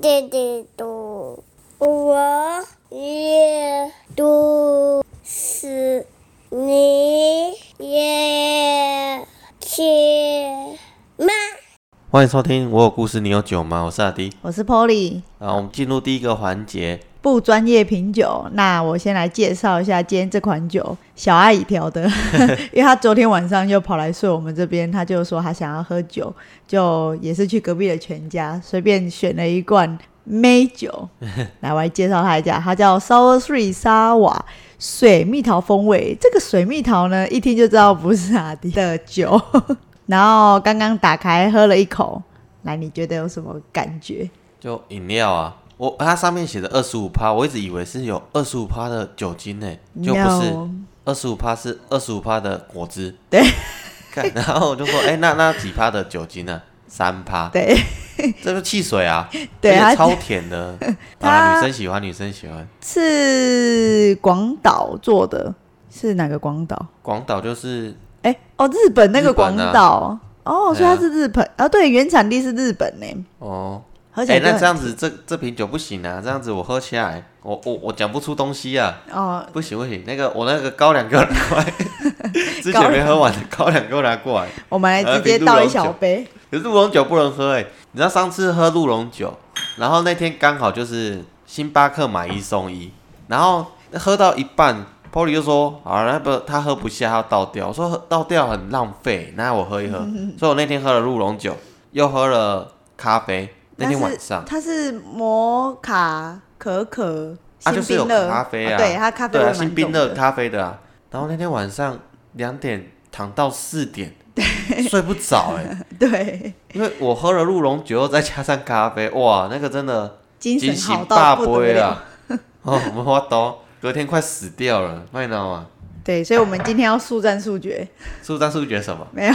弟弟读，我也读诗，你也去吗？欢迎收听《我有故事，你有酒吗》？我是阿迪。我是 Polly，然后我们进入第一个环节，不专业品酒。那我先来介绍一下今天这款酒，小阿姨 调的，因为她昨天晚上又跑来睡我们这边，她就说她想要喝酒，就也是去隔壁的全家随便选了一罐美 酒。来，我来介绍它一下，它叫 Sour Three 沙瓦水蜜桃风味。这个水蜜桃呢，一听就知道不是阿迪的酒。 然后刚刚打开喝了一口，来，你觉得有什么感觉？就饮料啊，我它上面写的二十五趴，我一直以为是有二十五趴的酒精呢、就不是 No 二十五趴是二十五趴的果汁。对， 看，然后我就说，哎、那那几趴的酒精呢、三趴，对。这是汽水啊， 对而且它超甜 的，啊，它女生喜欢，女生喜欢。是广岛做的，是哪个广岛？广岛就是哎、哦，日本那个广日本啊岛、哦，所对以啊它是日本啊对，原产地是日本呢，哦，而哎、且就那很这样子这这瓶酒不行啊，这样子我喝起来，我我我讲不出东西啊。哦，不行不行，那个我那个高粱给我拿 过来，之前没喝完的高粱给我拿过来。我们来呃直接冰鹿倒一龙小酒杯，可是鹿茸酒不能喝哎、你知道上次喝鹿茸酒，然后那天刚好就是星巴克买一送一，然后喝到一半，Polly 就说：“好啊了，那不他喝不下，他要倒掉。”我说喝：“倒掉很浪费，那我喝一 喝。”所以我那天喝了鹿茸酒，又喝了咖啡。那天它晚是上，它是摩卡可可。啊，新就是有冰乐，咖啡啊，对，它咖啡对味啊，蛮新重冰乐的。咖啡的啊。然后那天晚上两点躺到四点，睡不着哎、 对，因为我喝了鹿茸酒，又再加上咖啡，哇，那个真的精神醒好大到不得杯了。啊！哦，我们花刀隔天快死掉了，麦脑啊，对，所以我们今天要速战速决。速战速决什么？没有，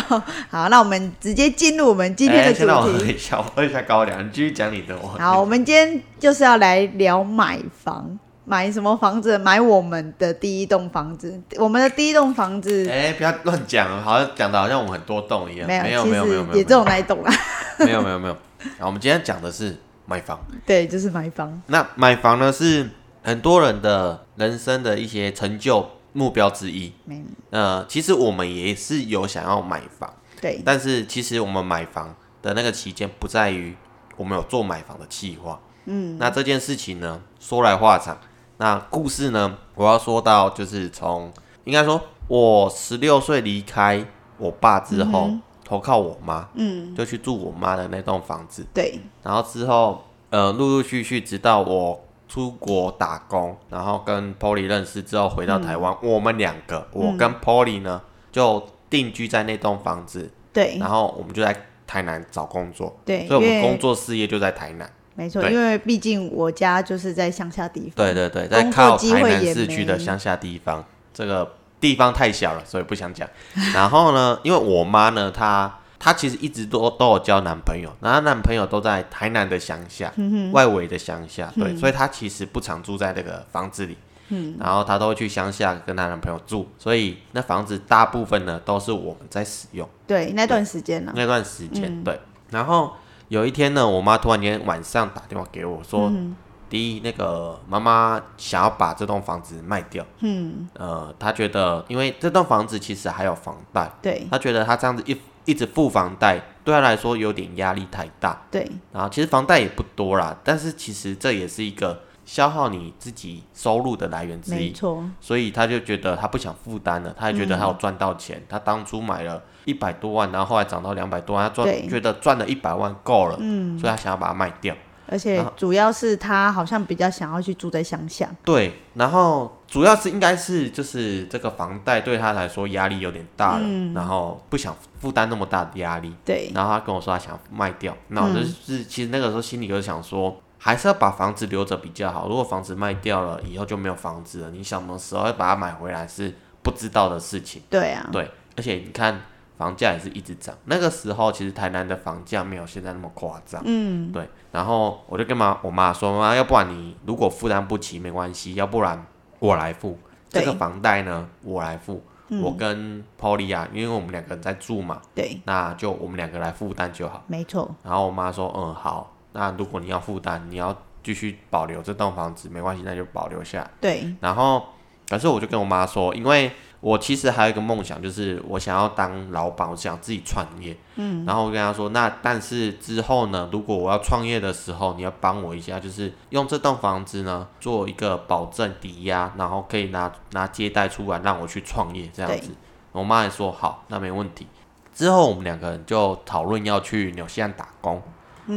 好，那我们直接进入我们今天哎的主先让我喝题。一下，我喝一下高粱，你继续讲你的我。好，我们今天就是要来聊买房，买什么房子？买我们的第一栋房子。我们的第一栋房子、哎、不要乱讲，好像讲的好像我们很多栋一样，没有其没有没实有没也只有有，那一栋啦。 没有没有没有。好，我们今天讲的是买房。对，就是买房。那买房呢是很多人的人生的一些成就目标之一。没呃，其实我们也是有想要买房，对但是其实我们买房的那个期间不在于我们有做买房的计划。嗯，那这件事情呢，说来话长。那故事呢，我要说到就是从应该说，我十六岁离开我爸之后，投靠我妈，嗯，就去住我妈的那栋房子。对，然后之后，呃，陆陆续续，直到我出国打工，然后跟 Polly 认识之后，回到台湾，嗯我们两个，我跟 Polly 呢，就定居在那栋房子，对然后我们就在台南找工作，对，所以我因们为工作事业就在台南。没错，对因为毕竟我家就是在乡下地方。对对对，在工作靠机会台南也市区没的乡下地方，这个地方太小了，所以不想讲。 然后呢，因为我妈呢，她她其实一直都都有交男朋友，然后她男朋友都在台南的乡下，嗯外围的乡下，对，所以她其实不常住在那个房子里。嗯，然后她都会去乡下跟她男朋友住，所以那房子大部分呢都是我们在使用。对，那段时间呢、那段时间，嗯对。然后有一天呢，我妈突然间晚上打电话给我说，嗯第一，那个妈妈想要把这栋房子卖掉，嗯，呃，她觉得因为这栋房子其实还有房贷，对她觉得她这样子一一直付房贷，对她来说有点压力太大。对然后其实房贷也不多啦，但是其实这也是一个消耗你自己收入的来源之没一。错，所以他就觉得他不想负担了，他也觉得他有赚到钱。他当初买了一百多万，然后后来涨到两百多万，他对赚觉得赚了一百万够了，所以他想要把它卖掉。而且然后主要是他好像比较想要去住在乡下。对，然后主要是应该是就是这个房贷对他来说压力有点大了，然后不想负担那么大的压力，对然后他跟我说他想卖掉，那我就是、其实那个时候心里就想说。还是要把房子留着比较好。如果房子卖掉了，以后就没有房子了。你什么时候要把它买回来是不知道的事情。对啊，对，而且你看房价也是一直涨。那个时候其实台南的房价没有现在那么夸张，嗯，对。然后我就跟妈我妈说，妈，要不然你如果负担不起没关系，要不然我来付这对个房贷呢，我来付。我跟 Polly 啊，因为我们两个人在住嘛，对，那就我们两个来负担就好。没错，然后我妈说，嗯，好。那如果你要负担，你要继续保留这栋房子，没关系，那就保留下。对，然后，可是我就跟我妈说，因为我其实还有一个梦想，就是我想要当老板，我想自己创业。嗯，然后我跟她说，那但是之后呢，如果我要创业的时候，你要帮我一下，就是用这栋房子呢做一个保证抵押，然后可以拿拿借贷出来让我去创业这样对子。我妈也说好，那没问题。之后我们两个人就讨论要去纽西兰打工。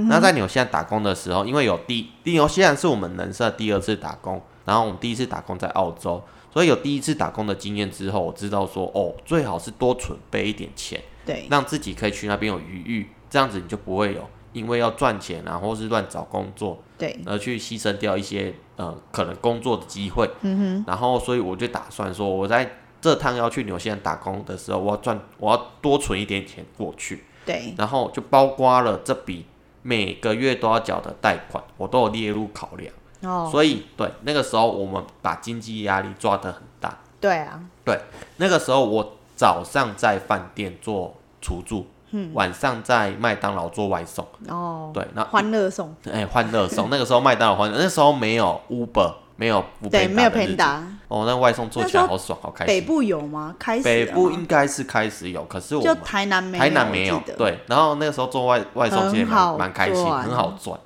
那在纽西兰打工的时候，因为有第第纽西兰是我们人生的第二次打工，然后我们第一次打工在澳洲，所以有第一次打工的经验之后，我知道说哦，最好是多准备一点钱，对，让自己可以去那边有余裕，这样子你就不会有因为要赚钱啊，或是乱找工作对，而去牺牲掉一些呃可能工作的机会。嗯哼。然后，所以我就打算说，我在这趟要去纽西兰打工的时候，我要赚，我要多存一点钱过去。对，然后就包括了这笔每个月都要缴的贷款，我都有列入考量。哦，所以对那个时候，我们把经济压力抓得很大。对啊，对，那个时候我早上在饭店做厨助，晚上在麦当劳做外送。嗯哦，对，啊那欢乐颂，哎欢乐 送，那个时候麦当劳欢乐，那时候没有 Uber，没有 Foodpanda 对，没有的日子 Panda，哦，那外送做起那时来候好爽，好开北心。部有吗？开始北了部吗应该是开始有，可是我就们台南没有，台南没我有记得，对。然后那个时候做外外送其实也很好蛮蛮开心，赚很好赚。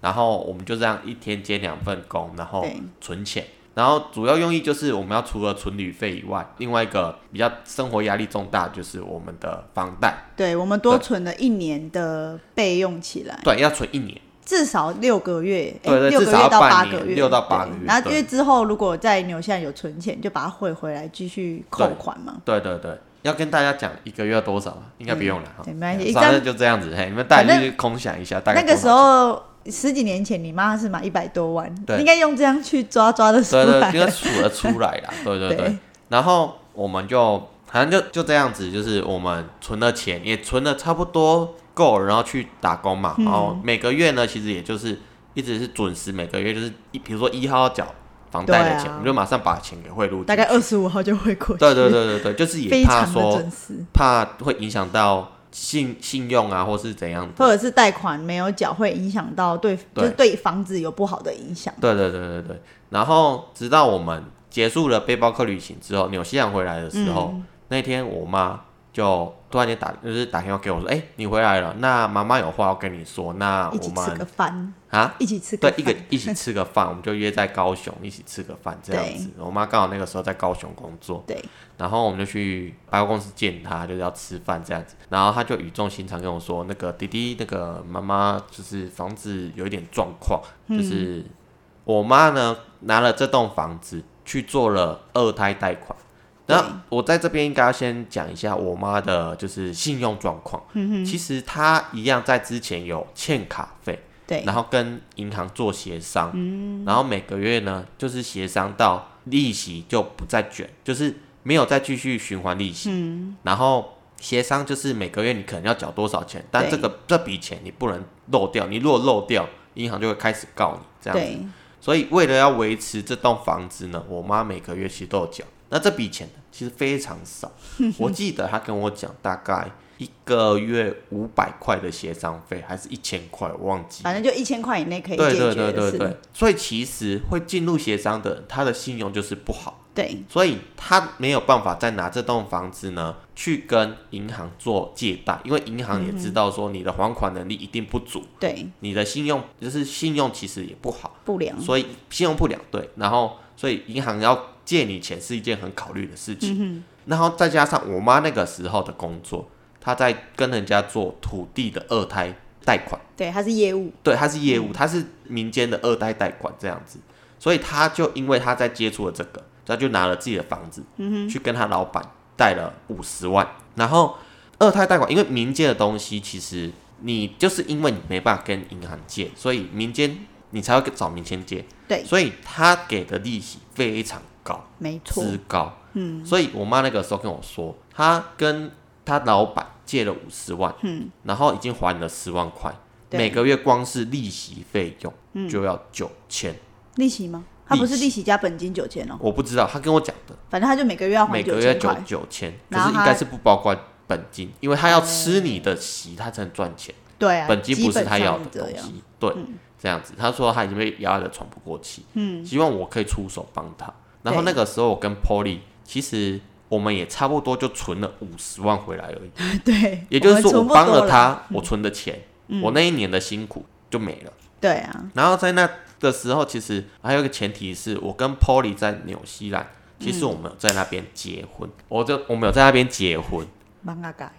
然后我们就这样一天接两份工，然后对存钱。然后主要用意就是我们要除了存旅费以外，另外一个比较生活压力重大的就是我们的房贷，对，我们多对存了一年的备用起来，对，要存一年。至少六个月，诶对对六至个少月要到半八年个月，六到八个对月然后对因为之后如果在纽西兰有存钱，就把它汇回来继续扣对款嘛。对对对，要跟大家讲一个月要多少吗？应该不用了哈对没关系，反一正就这样子。嘿，你们大反家正去空想一下，大概那个多时少候十几年前，你妈是买一百多万，对应该用这样去抓抓的出对来对，。应该数得出来啦。对对对 对，然后我们就反正就就这样子，就是我们存了钱，也存了差不多够，然后去打工嘛。嗯然后每个月呢，其实也就是一直是准时，每个月就是一，比如说一号要缴房贷的对钱，啊我们就马上把钱给汇入进去。大概二十五号就会过去，对对对对对，就是非也怕常的说准时。怕会影响到信信用啊，或是怎样或的。者是贷款没有缴，会影响到对，就是对房子有不好的影响。对对对对对。然后直到我们结束了背包客旅行之后，纽西兰回来的时嗯候，那天我妈就突然间打，就是打电话给我说：“哎、你回来了，那妈妈有话要跟你说，那啊一我起吃个们饭，啊。”一起吃个对，饭一个一起吃个饭，我们就约在高雄一起吃个饭这样子。我妈刚好那个时候在高雄工作，对然后我们就去百货公司见她，就是要吃饭这样子。然后她就语重心长跟我说：“那个弟弟，那个妈妈就是房子有一点状况，就是我妈呢拿了这栋房子去做了二胎贷款。”那对我在这边应该要先讲一下我妈的，就是信用状况。嗯、其实她一样在之前有欠卡费，对嗯然后跟银行做协商，然后每个月呢，就是协商到利息就不再卷，就是没有再继续循环利息，嗯然后协商就是每个月你可能要缴多少钱，但对这个这笔钱你不能漏掉，你如果漏掉，银行就会开始告你这样子。对所以为了要维持这栋房子呢，我妈每个月其实都有缴，那这笔钱其实非常 少，我记得她跟我讲大概。一个月五百块的协商费，还是一千块，我忘记了。反正就一千块以内可以对解对决对对的事。对，所以其实会进入协商的人，他的信用就是不好，对所以他没有办法再拿这栋房子呢去跟银行做借贷，因为银行也嗯知道说你的还款能力一定不足，对你的信用就是信用其实也不好，不良，所以信用不良对，然后所以银行要借你钱是一件很考虑的事嗯情，然后再加上我妈那个时候的工作，她在跟人家做土地的二胎贷款。对他是业务，对，他是业务，他是民间的二代代管这样子，所以他就因为他在接触了这个，他就拿了自己的房子，去跟他老板贷了五十万，然后二胎贷款，因为民间的东西其实你就是因为你没办法跟银行借，所以民间你才会找民间借，对，所以他给的利息非常高，没错，之高，嗯，所以我妈那个时候跟我说，她跟她老板借了五十万，嗯，然后已经还了十万块，对嗯每个月光是利息费用就要九千、利息吗？他不是利息利息加本金九千哦，我不知道她跟我讲的，反正他就每个月要还每哦九个月千九块。九千，可然后是她应该是不包括本金，因为她要吃你的息，她才能赚钱，对啊，本金不是他要的东基本上是这样。嗯西，对，这样子，他说他已经被压得喘不过气，嗯，希望我可以出手帮他。然后对那个时候我跟 Polly 其实我们也差不多就存了五十万回来而已，对，也就是说啊我我们存不帮多了了，嗯他我存的钱，我那一年的辛苦就没了。对啊，然后在那个时候，其实还有一个前提是我跟 Polly 在纽西兰，其实我们有在那边结婚，我就我们有在那边结婚，蛮嘎嘎。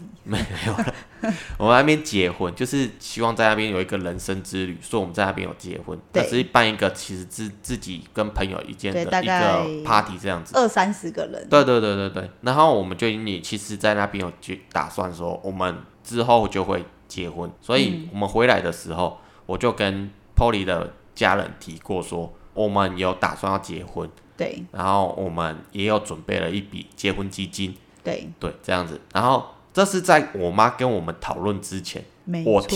我们在那边结婚，就是希望在那边有一个人生之旅，所以我们在那边有结婚，对那只是办一个其实自自己跟朋友一间的对大一概个 party 这样子。二三十个人，对对对对对，然后我们就你其实，在那边有去打算说，我们之后就会结婚，所嗯以我们回来的时候，我就跟 Polly 的家人提过说，我们有打算要结婚，对然后我们也有准备了一笔结婚基金，对，对，这样子。然后这是在我妈跟我们讨论之前，没我错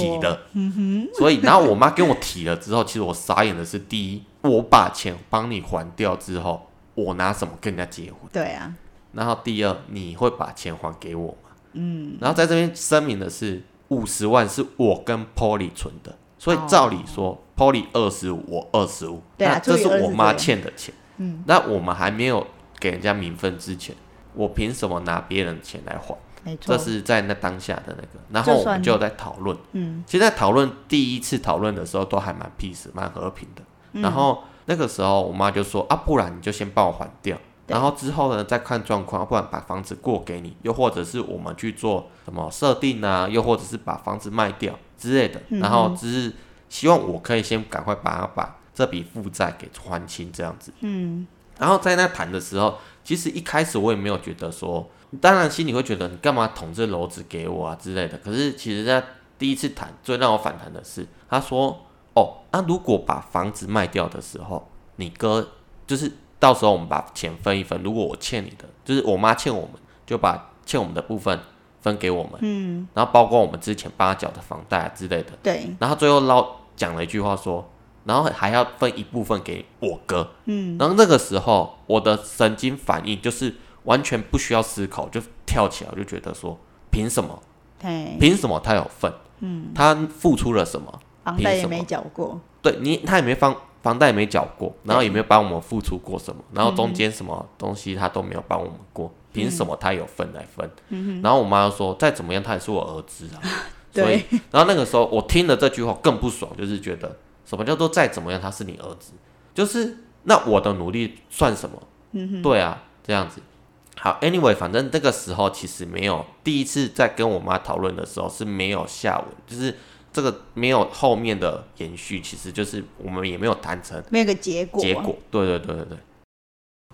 嗯提的，所以然后我妈跟我提了之后，其实我傻眼的是，第一，我把钱帮你还掉之后，我拿什么跟人家结婚？对啊，然后第二，你会把钱还给我吗？嗯，然后在这边声明的是，五十万是我跟 Polly 存的，所以哦照理说、p o l l y 二十五，我二十五，对啊那这除以是20我妈对欠的钱。嗯，那我们还没有给人家名分之前，我凭什么拿别人的钱来还？没这错，是在那当下的那个，然后就我算们就有在讨论。嗯，其实，在讨论第一次讨论的时候，都还蛮 peace、蛮和平的。嗯然后那个时候，我妈就说：“啊，不然你就先帮我还掉，对然后之后呢再看状况，啊不然把房子过给你，又或者是我们去做什么设定啊，又或者是把房子卖掉之类的。嗯然后只是希望我可以先赶快把它把这笔负债给还清，这样子。嗯，然后在那谈的时候，其实一开始我也没有觉得说，当然心里会觉得你干嘛捅这篓子给我啊之类的。可是其实在第一次谈，最让我反弹的是，他说：“哦，那、如果把房子卖掉的时候，你哥就是到时候我们把钱分一分，如果我欠你的，就是我妈欠我们，就把欠我们的部分分给我们，嗯，然后包括我们之前帮他缴的房贷啊之类的。对然后他最后捞讲了一句话说，然后还要分一部分给我哥。嗯，然后那个时候我的神经反应就是完全不需要思考，就跳起来，我就觉得说，凭什么？嘿，凭什么他有份？嗯，他付出了什么？房凭贷也什没么缴过，对你，他也没房房贷也没缴过，然后也没有帮我们付出过什么，然后中间什么东西他都没有帮我们过，凭什么他有分来分？然后我妈就说，再怎么样他也是我儿子啊，所以，然后那个时候我听了这句话更不爽，就是觉得什么叫做再怎么样他是你儿子，就是那我的努力算什么？对啊，这样子。好，anyway，反正那个时候其实没有第一次在跟我妈讨论的时候是没有下文，就是这个没有后面的延续，其实就是我们也没有谈成没有个结果啊，结果。对对对对对。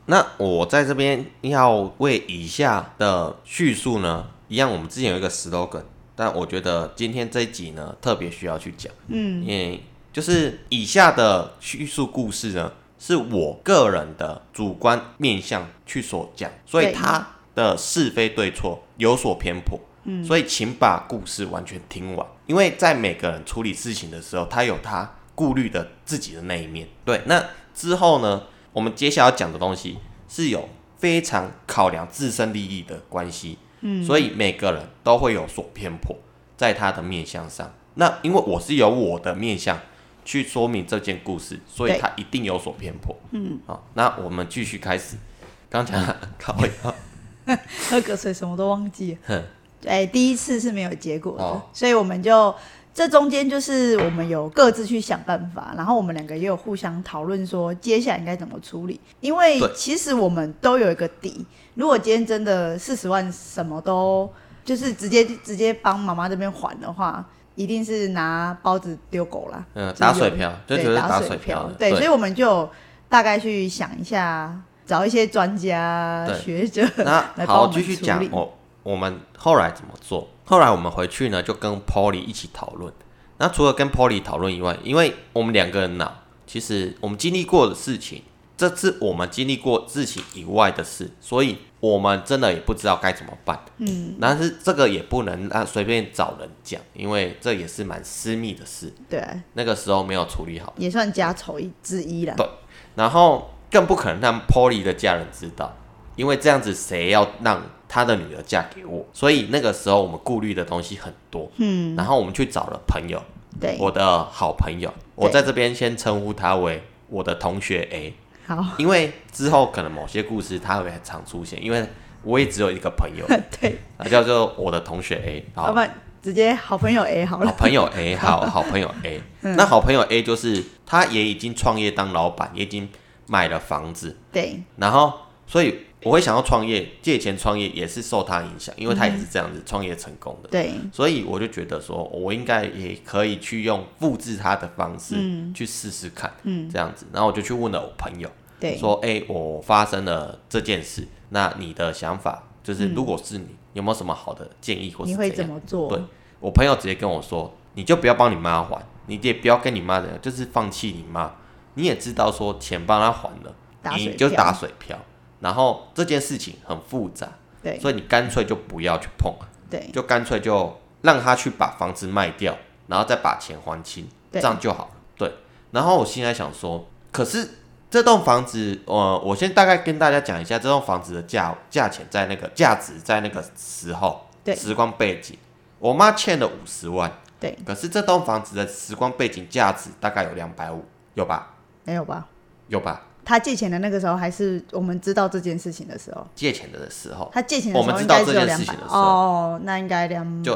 那我在这边要为以下的叙述呢，一样我们之前有一个 slogan，但我觉得今天这一集呢特别需要去讲，嗯，因为就是以下的叙述故事呢，是我个人的主观面向去所讲，所以对它的是非对错有所偏颇。嗯，所以请把故事完全听完，因为在每个人处理事情的时候，他有他顾虑的自己的那一面。对，那之后呢，我们接下来要讲的东西是有非常考量自身利益的关系。嗯，所以每个人都会有所偏颇，在他的面相上。那因为我是由我的面相去说明这件故事，所以对他一定有所偏颇。嗯，好，那我们继续开始。刚 讲靠腰喝个水什么都忘记了。哼哎，第一次是没有结果的，哦所以我们就这中间就是我们有各自去想办法，然后我们两个也有互相讨论说接下来应该怎么处理，因为对其实我们都有一个底，如果今天真的四十万什么都就是直接直接帮妈妈这边还的话。一定是拿包子丢狗啦，嗯就是打有水漂就对觉得打打水漂漂了，对，对所以我们就有大概去想一下，找一些专家对学者 那来帮我好，们继续处讲理我我们后来怎么做。后来我们回去呢，就跟 Polly 一起讨论。那除了跟 Polly 讨论以外，因为我们两个人呢，其实我们经历过的事情，这是我们经历过事情以外的事，所以我们真的也不知道该怎么办。嗯，但是这个也不能啊随便找人讲，因为这也是蛮私密的事，对，那个时候没有处理好。也算家丑一之一啦。对然后更不可能让 Polly 的家人知道，因为这样子谁要让他的女儿嫁给我，所以那个时候我们顾虑的东西很多。嗯，然后我们去找了朋友，对，我的好朋友，我在这边先称呼他为我的同学 A，好， 因为之后可能某些故事他会常出现，因为我也只有一个朋 友，对，他叫做我的同学 A，要好不，然直接好朋友 A 好好了，朋友 A，好 好朋友 A，那好朋友 A 就是他也已经创业当老板，也已经买了房子，对，然后所以我会想要创业，借钱创业也是受他影响，因为他也是这样子创业成功的。对，所以我就觉得说，我应该也可以去用复制他的方式、去试试看，嗯，这样子。然后我就去问了我朋友，对，说，哎、我发生了这件事，那你的想法就是，如果是你，有没有什么好的建议或是嗯你怎会样？怎么做对？我朋友直接跟我说，你就不要帮你妈还，你也不要跟你妈怎样，就是放弃你妈。你也知道说钱帮她还了，打水你就漂打水漂。然后这件事情很复杂，对，所以你干脆就不要去碰。对，就干脆就让他去把房子卖掉，然后再把钱还清，这对样就好了。对。然后我现在想说，可是这栋房子，呃，我先大概跟大家讲一下这栋房子的价价钱，在那个价值在那个时候，对时光背景，我妈欠了五十万，对，可是这栋房子的时光背景价值大概有两百五，有吧？没有吧？有吧？他借钱的那个时候，还是我们知道这件事情的时候。借钱的时候，他借钱的时我候们应知道该只有这件两事情百的时候哦，那应该两就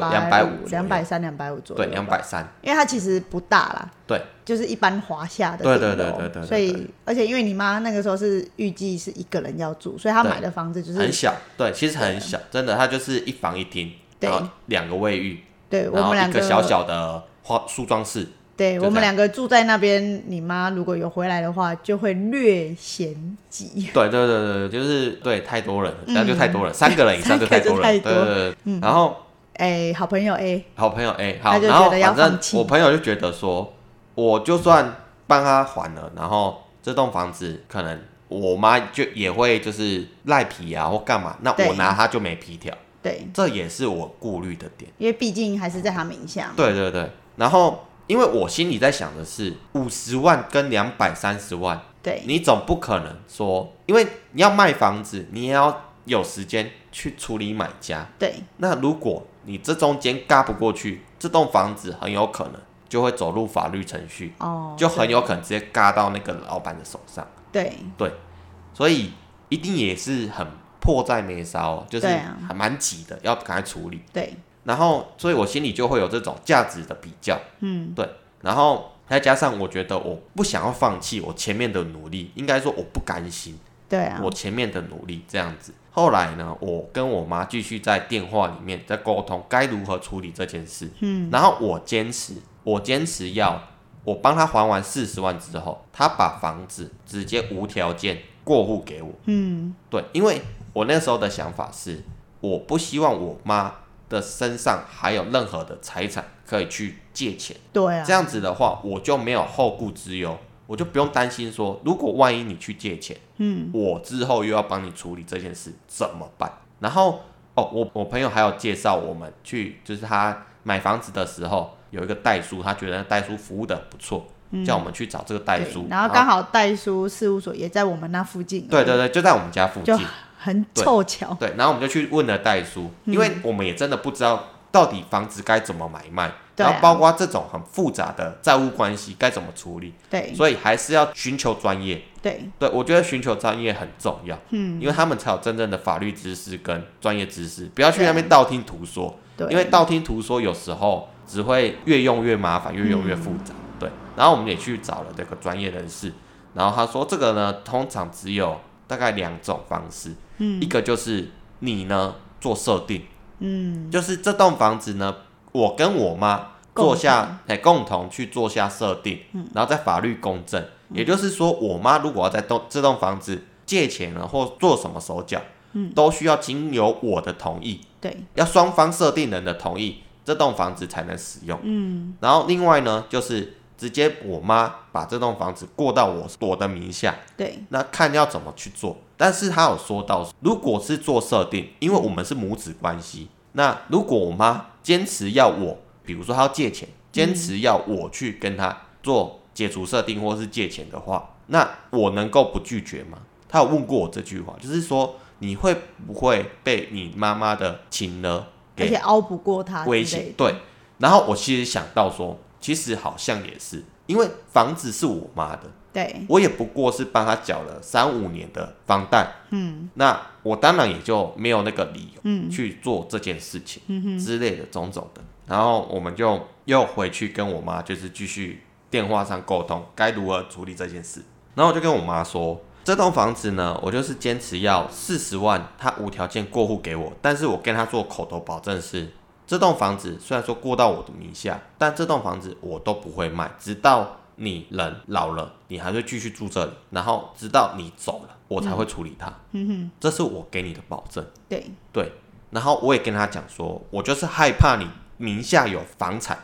250 250左右两百三、两百五左右。对，两，百三，因为它其实不大啦，对，就是一般华夏的对顶对对楼对对对所以而且因为你妈那个时候是预计是一个人要住，所以她对买的房子就是很小，对，其实很小，真的，它就是一房一厅，对然后两个卫浴，对我然们后两一个小小的化梳妆室，对就我这们样两个住在那边，你妈如果有回来的话，就会略嫌挤。对对对对，就是对太多人，那、就太多人，三个人以 上就太多人，嗯三个就太多对对对。然后哎、好朋友 A，好朋友 A，他好，就然后觉得要反正放弃我朋友就觉得说，我就算帮他还了，然后这栋房子可能我妈就也会就是赖皮啊或干嘛，那对我拿他就没皮条，对，这也是我顾虑的点。因为毕竟还是在他名下嘛。对对对，然后因为我心里在想的是五十万跟两百三十万，对你总不可能说，因为你要卖房子，你也要有时间去处理买家。对那如果你这中间嘎不过去，这栋房子很有可能就会走入法律程序，哦，就很有可能直接嘎到那个老板的手上。对对，所以一定也是很迫在眉梢哦，就是对啊还蛮急的，要赶快处理。对然后，所以我心里就会有这种价值的比较，嗯，对。然后再加上我觉得我不想要放弃我前面的努力，应该说我不甘心对啊，我前面的努力这样子。后来呢，我跟我妈继续在电话里面在沟通该如何处理这件事，嗯。然后我坚持，我坚持要我帮她还完四十万之后，她把房子直接无条件过户给我，嗯，对，因为我那时候的想法是，我不希望我妈的身上还有任何的财产可以去借钱，对啊，这样子的话，我就没有后顾之忧，我就不用担心说，如果万一你去借钱，嗯，我之后又要帮你处理这件事怎么办？然后哦，我我朋友还有介绍我们去，就是他买房子的时候有一个代书，他觉得代书服务的不错，叫我们去找这个代嗯对书，然后刚好代书事务所也在我们那附近，对对对，就在我们家附就近。很对凑巧，对，然后我们就去问了代书，嗯因为我们也真的不知道到底房子该怎么买卖，对然啊后包括这种很复杂的债务关系该怎么处理，对所以还是要寻求专业。对对，我觉得寻求专业很重要，嗯，因为他们才有真正的法律知识跟专业知识，不要去那边道听途说，对，因为道听途说有时候只会越用越麻烦，越用越复杂。对，然后我们也去找了这个专业人士，然后他说这个呢，通常只有大概两种方式，嗯，一个就是你呢做设定，嗯，就是这栋房子呢，我跟我妈做下，哎，共同嗯去做下设定，然后在法律公证，也就是说，我妈如果要在栋这栋房子借钱呢，或做什么手脚，嗯，都需要经由我的同意，对要双方设定人的同意，这栋房子才能使用。嗯，然后另外呢，就是直接我妈把这栋房子过到我我的名下，对那看要怎么去做。但是她有说到，如果是做设定，因为我们是母子关系，那如果我妈坚持要我，比如说她要借钱，坚持要我去跟她做解除设定或是借钱的话，那我能够不拒绝吗？她有问过我这句话，就是说你会不会被你妈妈的情勒而且给熬不过他之威类胁？的，对。然后我其实想到说，其实好像也是，因为房子是我妈的，对，我也不过是帮她缴了三五年的房贷，嗯那我当然也就没有那个理由嗯去做这件事情嗯哼，之类的种种的。然后我们就又回去跟我妈，就是继续电话上沟通该如何处理这件事。然后我就跟我妈说，这栋房子呢，我就是坚持要四十万，她无条件过户给我，但是我跟她做口头保证是。这栋房子虽然说过到我的名下，但这栋房子我都不会卖，直到你人老了，你还会继续住这里，然后直到你走了，我才会处理它。嗯哼，这是我给你的保证。对，对，然后我也跟他讲说，我就是害怕你名下有房产，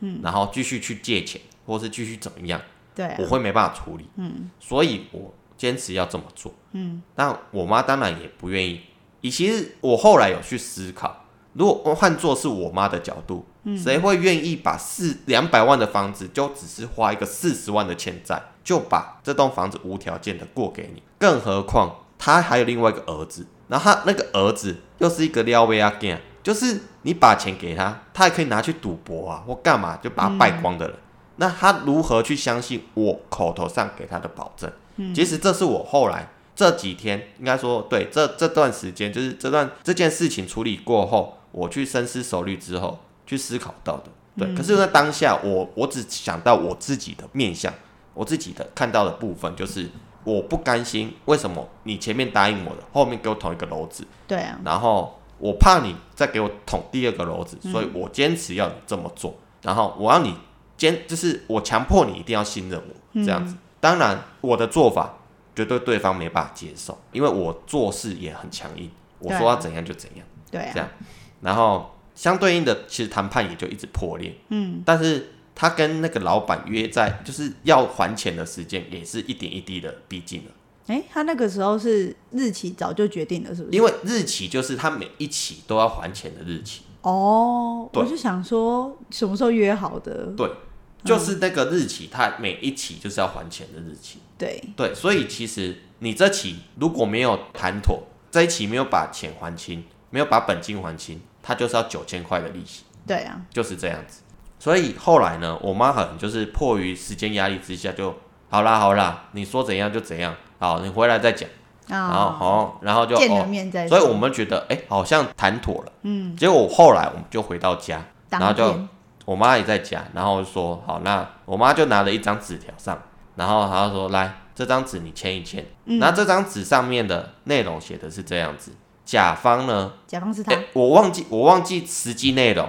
嗯，然后继续去借钱，或是继续怎么样，对我啊，会没办法处理，嗯所以我坚持要这么做。嗯，但我妈当然也不愿意。以其实我后来有去思考，如果换做是我妈的角度，嗯谁会愿意把四两百万的房子，就只是花一个四十万的欠债，就把这栋房子无条件的过给你？更何况他还有另外一个儿子，然后他那个儿子又是一个撩妹阿 g 就是你把钱给他，他也可以拿去赌博啊，或干嘛就嗯把他败光的人。那他如何去相信我口头上给他的保证？其实这是我后来这几天，应该说对这这段时间，就是这段这件事情处理过后，我去深思熟虑之后去思考到的。对，可是在当下，我我只想到我自己的面相，我自己的看到的部分，就是我不甘心，为什么你前面答应我的，后面给我捅一个篓子，对啊，然后我怕你再给我捅第二个篓子，嗯所以我坚持要你这么做，然后我要你坚，就是我强迫你一定要信任嗯我这样子。当然，我的做法绝对对方没办法接受，因为我做事也很强硬，我对啊说要怎样就怎样对这啊，样，然后相对应的，其实谈判也就一直破裂。嗯，但是他跟那个老板约在就是要还钱的时间，也是一点一滴的逼近了。哎，他那个时候是日期早就决定了，是不是？因为日期就是他每一期都要还钱的日期，哦，对我就想说什么时候约好的？对，就是那个日期，他每一期就是要还钱的日期。对，对，所以其实你这期如果没有谈妥，这一期没有把钱还清，没有把本金还清，他就是要九千块的利息，对啊，就是这样子。所以后来呢，我妈可能就是迫于时间压力之下就，好啦好啦，你说怎样就怎样，好，你回来再讲。然后啊，好，然后就见了哦，面再所说，以我们觉得哎、好像谈妥了。嗯，结果后来我们就回到家，然后当就天我妈也在家，然后说好，那我妈就拿了一张纸条上，然后她就说来，这张纸你签一签。嗯然后这张纸上面的内容写的是这样子，甲方呢，甲方是他哎、，我忘记我忘记实际内容，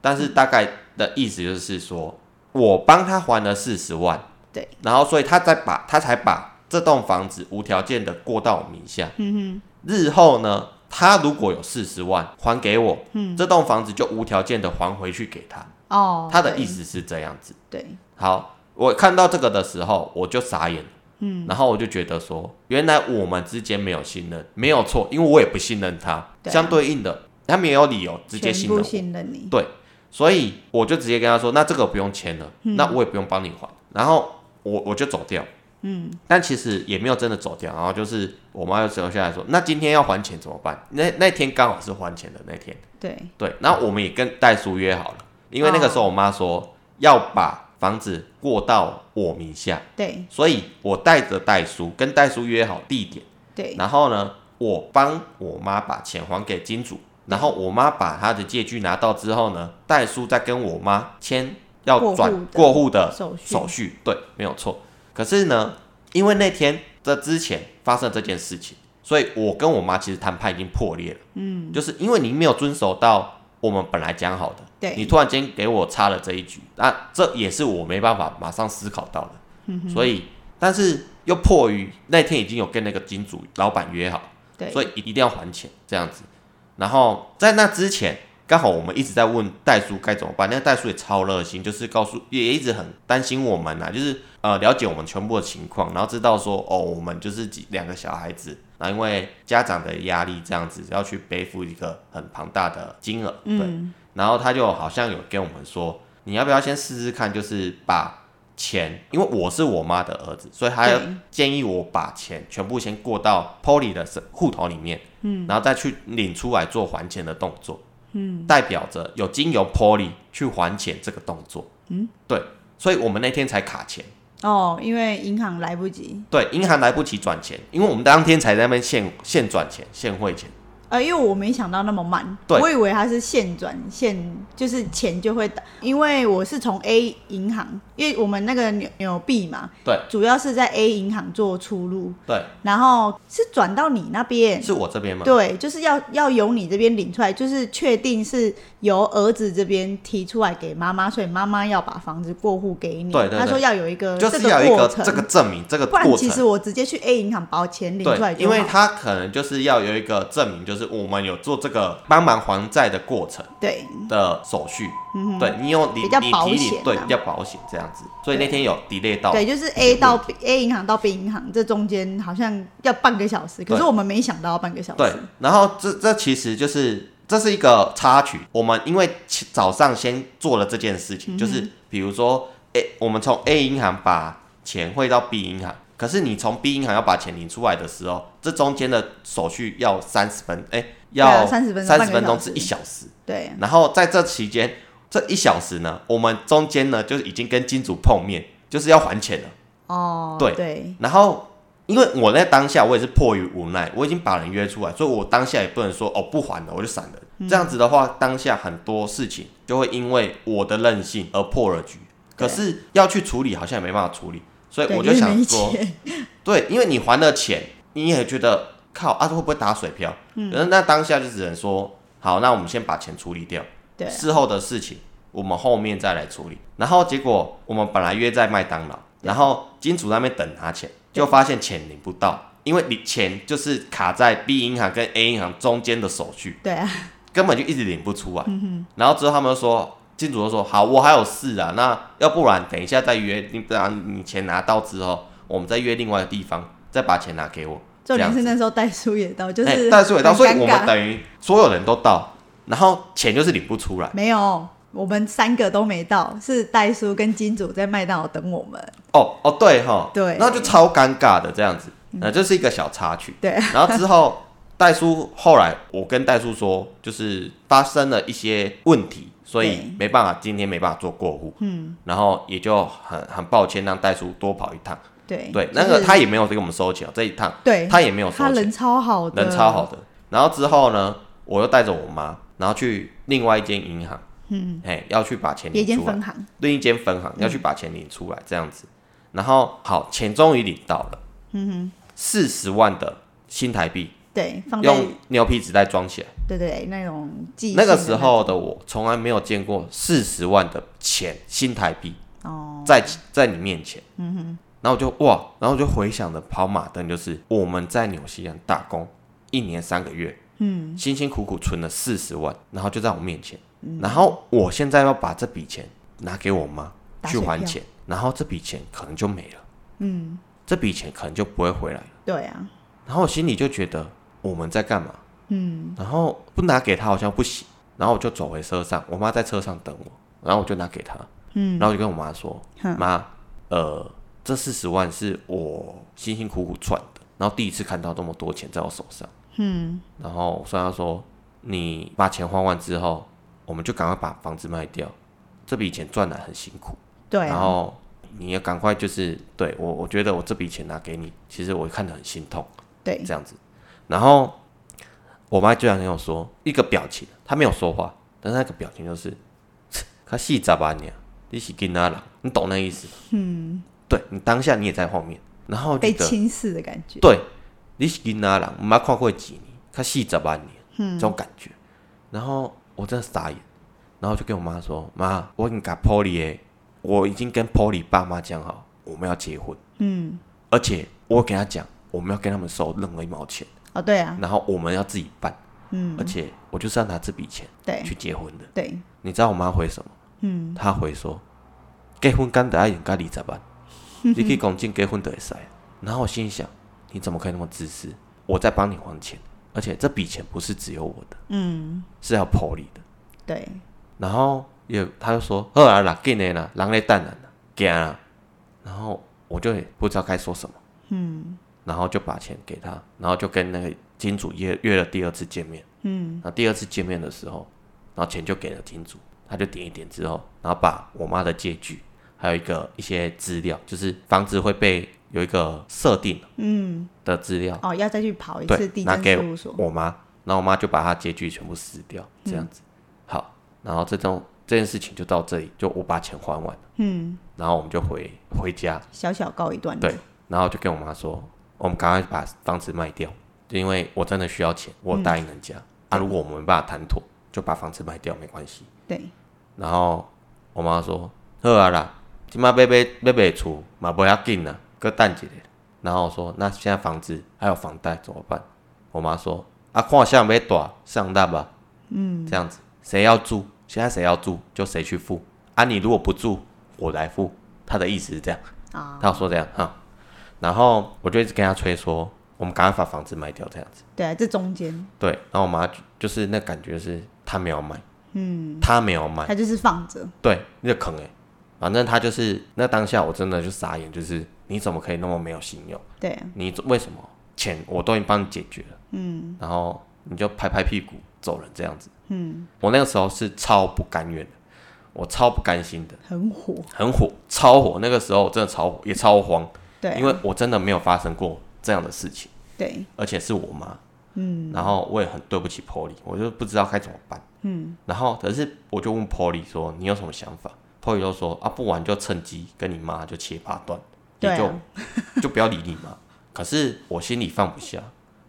但是大概的意思就是说，我帮他还了四十万，对，然后所以他再把他才把这栋房子无条件的过到我名下。嗯日后呢，他如果有四十万还给我，嗯这栋房子就无条件的还回去给他。哼，哦，他的对意，思是这样子。对，好，我看到这个的时候，我就傻眼了。嗯，然后我就觉得说，原来我们之间没有信任，没有错，因为我也不信任他。对啊相对应的，他没有理由直接全信任部我，信任你，对，所以我就直接跟他说，那这个不用签了，那我也不用帮你还。然后我我就走掉，嗯，但其实也没有真的走掉。然后就是我妈又折下来说，那今天要还钱怎么办？那那天刚好是还钱的那天。对，对，然后我们也跟代叔约好了，因为那个时候我妈说要把房子过到我名下，对，所以我带着代叔跟代叔约好地点，对，然后呢，我帮我妈把钱还给金主，然后我妈把她的借据拿到之后呢，代叔再跟我妈签要过户转的过户的手续手续，对，没有错。可是呢，因为那天这之前发生这件事情，所以我跟我妈其实谈判已经破裂了。嗯，就是因为你没有遵守到我们本来讲好的，对你突然间给我插了这一局，那、这也是我没办法马上思考到的，嗯所以但是又迫于那天已经有跟那个金主老板约好，对，所以一定要还钱这样子，然后在那之前。刚好我们一直在问代叔该怎么办，那个代叔也超热心，就是告诉也一直很担心我们呐、就是呃了解我们全部的情况，然后知道说哦，我们就是几两个小孩子，然后因为家长的压力这样子，要去背负一个很庞大的金额，对，嗯，然后他就好像有跟我们说，你要不要先试试看，就是把钱，因为我是我妈的儿子，所以她要对建议我把钱全部先过到 Polly 的身户头里面，嗯，然后再去领出来做还钱的动作，嗯，代表着有经由 Polly 去还钱这个动作，嗯，对，所以我们那天才卡钱。哦，因为银行来不及，对，银行来不及转钱，因为我们当天才在那边现现转钱、现汇钱。呃，因为我没想到那么慢，对我以为它是现转现，就是钱就会打，因为我是从 A 银行，因为我们那个纽纽币嘛，对主要是在 A 银行做出入，对，然后是转到你那边，是我这边吗？对，就是要要由你这边领出来，就是确定是由儿子这边提出来给妈妈，所以妈妈要把房子过户给你。对对对他说要有一个就这是要有一过个程，这个证明，这个不然过其实程。我直接去 A 银行把我钱领出来对，就因为好他可能就是要有一个证明，就是我们有做这个帮忙还债的过程对的手续。对你有你嗯比较你保提险你对啊比较保险这样子，所以对那天有 delay 到。对，就是 A 到 B- A 银行到 B 银行这中间好像要半个小时，可是对我们没想到要半个小对时。，然后这这其实就是这是一个插曲。我们因为其早上先做了这件事嗯情，就是比如说，诶、我们从 A 银行把钱汇到 B 银行，可是你从 B 银行要把钱领出来的时候，这中间的手续要三十分，诶、啊要30分钟三半十个分钟小至时一小时。对然后在这期间，这一小时呢，我们中间呢就是已经跟金主碰面，就是要还钱了。哦，对对然后因为我在当下我也是迫于无奈，我已经把人约出来，所以我当下也不能说哦不还了我就闪人。这样子的话，当下很多事情就会因为我的任性而破了局。可对是要去处理，好像也没办法处理，所以对我就因为想没说，钱对，因为你还了钱，你也觉得靠啊会不会打水漂？嗯可是那当下就只能说好，那我们先把钱处理掉， 对啊事后的事情我们后面再来处理。然后结果我们本来约在麦当劳，然后金主那边等拿钱，就发现钱领不到，因为你钱就是卡在 B 银行跟 A 银行中间的手续，对啊，根本就一直领不出来。嗯然后之后他们就说，金主就说好，我还有事啊，那要不然等一下再约，你不然你钱拿到之后，我们再约另外的地方，再把钱拿给我。重这样点子是那时候戴叔也到，就是、哎很但是也到，所以尴我尬们等于所有人都到，然后钱就是领不出来。没有，我们三个都没到，是袋叔跟金主在麦当劳等我们。哦哦，对哈，对嗯那就超尴尬的这样子，那、就是一个小插曲。对，然后之后， 戴叔后来我跟戴叔说，就是发生了一些问题，所以对没办法，今天没办法做过户。嗯，然后也就很很抱歉让戴叔多跑一趟。对对哎就，那个是他也没有给我们收钱哦，这一趟对他也没有收他钱人，超好的，人超好的。然后之后呢，我又带着我妈，然后去另外一间银行，嗯，哎，要去把钱夜领间出来分。行，另一间分行要去把钱领出来，这样子。然后好，钱终于领到了，嗯哼，四十万的新台币，对，放在用牛皮纸袋装起来。对对对那种记那个性的时候的我从来没有见过四十万的钱新台币哦，在在你面前，嗯哼。然后我就哇，然后我就回想着跑马灯，就是我们在纽西兰打工一年三个月，嗯，辛辛苦苦存了四十万，然后就在我面前，嗯然后我现在要把这笔钱拿给我妈打去水还漂钱，然后这笔钱可能就没了，嗯，这笔钱可能就不会回来了。对啊，然后我心里就觉得我们在干嘛？嗯，然后不拿给他好像不行，然后我就走回车上，我妈在车上等我，然后我就拿给他，嗯，然后我就跟我妈说，妈，呃，这四十万是我辛辛苦苦赚的，然后第一次看到这么多钱在我手上，嗯，然后我跟他说，你把钱还完之后，我们就赶快把房子卖掉，这笔钱赚的很辛苦，对然啊，后你也赶快就是对我，我觉得我这笔钱拿给你，其实我看得很心痛。对这样子。然后我妈居然跟我说一个表情，她没有说话，但是那个表情就是，她细咋吧你啊，你是跟他人，你懂那意思？嗯，对你当下你也在后面，然后我觉被得轻视的感觉，对，你是跟他人，我妈看过几年，她细咋吧你，嗯这种感觉。然后我真的傻眼，然后就跟我妈说，妈，我已经跟 Polly 的，我已经跟 Polly 爸妈讲好，我们要结婚，嗯，而且我给他讲，我们要跟他们收任何一毛钱。哦对啊，然后我们要自己办，嗯，而且我就是要拿这笔钱对去结婚的。对，你知道我妈回什么？嗯，她回说，结婚干得爱人家二十万，你可以讲进结婚都会使。然后我心里想，你怎么可以那么自私？我在帮你还钱，而且这笔钱不是只有我的，嗯，是要 p 你的。对然后也，她就说，好啊啦，紧的啦，人咧等人啦，行啦，然后我就也不知道该说什么，嗯，然后就把钱给他，然后就跟那个金主约约了第二次见面，嗯，那第二次见面的时候，然后钱就给了金主，他就点一点之后，然后把我妈的借据，还有一个一些资料，就是房子会被有一个设定，嗯，的资料，哦，要再去跑一次对地，拿震给事务所，我妈，然后我妈就把她借据全部撕掉，这样子。好，然后这种这件事情就到这里，就我把钱还完了，嗯，然后我们就回回家，小小告一段落对，，然后就跟我妈说，我们赶快把房子卖掉，因为我真的需要钱，我有答嗯应人家、啊，如果我们没办法谈妥，就把房子卖掉没关系。对，然后我妈说：“好啊啦，即马要买要卖厝嘛，不要紧啦，搁等一下。”然后我说：“那现在房子还有房贷怎么办？”我妈说：“啊，看谁要大，上大吧。嗯，这样子谁要住，现在谁要住就谁去付啊。你如果不住，我来付。”她的意思是这样，啊，她有说这样哈。然后我就一直跟她催说：“我们赶快把房子卖掉，这样子。”对啊，这中间对，然后我妈就就是那感觉是她没有买，嗯，她没有买，他就是放着，对，那个坑哎、欸，反正他就是那当下我真的就傻眼，就是你怎么可以那么没有信用？对啊，你怎为什么钱我都已经帮你解决了，嗯，然后你就拍拍屁股走人这样子，嗯，我那个时候是超不甘愿的，我超不甘心的，很火，很火，超火，那个时候我真的超火，也超慌，对啊，因为我真的没有发生过这样的事情，对而且是我妈。嗯，然后我也很对不起 Polly，我就不知道该怎么办。嗯，然后可是我就问 Polly 说：“你有什么想法？”Polly 就说：“啊，不然就趁机跟你妈就切八段，你对就、啊就不要理你妈。” 可是我心里放不下，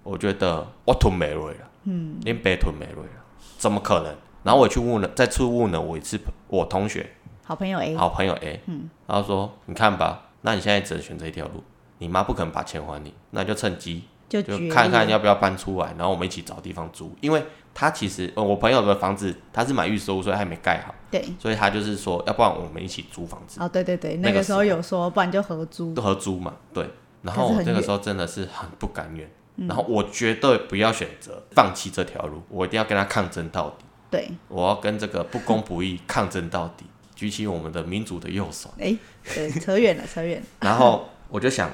我觉得我吞没瑞了，嗯，连北吞没瑞了，怎么可能？然后我去问了，再去问了我一次我同学，好朋友 A，好朋友 A，嗯，然后说你看吧，那你现在只能选这一条路，你妈不可能把钱还你，那你就趁机就就决看看裂要不要搬出来，然后我们一起找地方租。因为他其实、呃我朋友的房子他是买预售屋，所以还没盖好，对，所以他就是说，要不然我们一起租房子，哦，对对对，那那个个时候有说，不然就合租，合租嘛，对。然可后是我很这个远嗯时候真的是很不甘愿，然后我绝对不要选择放弃这条路，我一定要跟他抗争到底，对，我要跟这个不公不义抗争到底，举起我们的民主的右手。哎，对，扯远了，扯远了，然后我就想，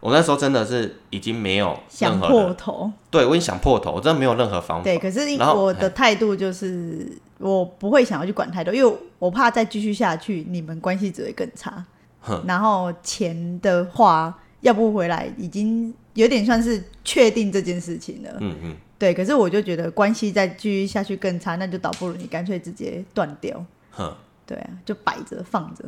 我那时候真的是已经没有 任想何破的，头，对我已经想破头，我真的没有任何方法。对，可是因然后哎我的态度就是，我不会想要去管太多，因为我怕再继续下去，你们关系只会更差。然后钱的话，要不回来，已经有点算是确定这件事情了。嗯嗯，对，可是我就觉得关系再继续下去更差，那就倒不如你干脆直接断掉。哼。对啊，就摆着放着。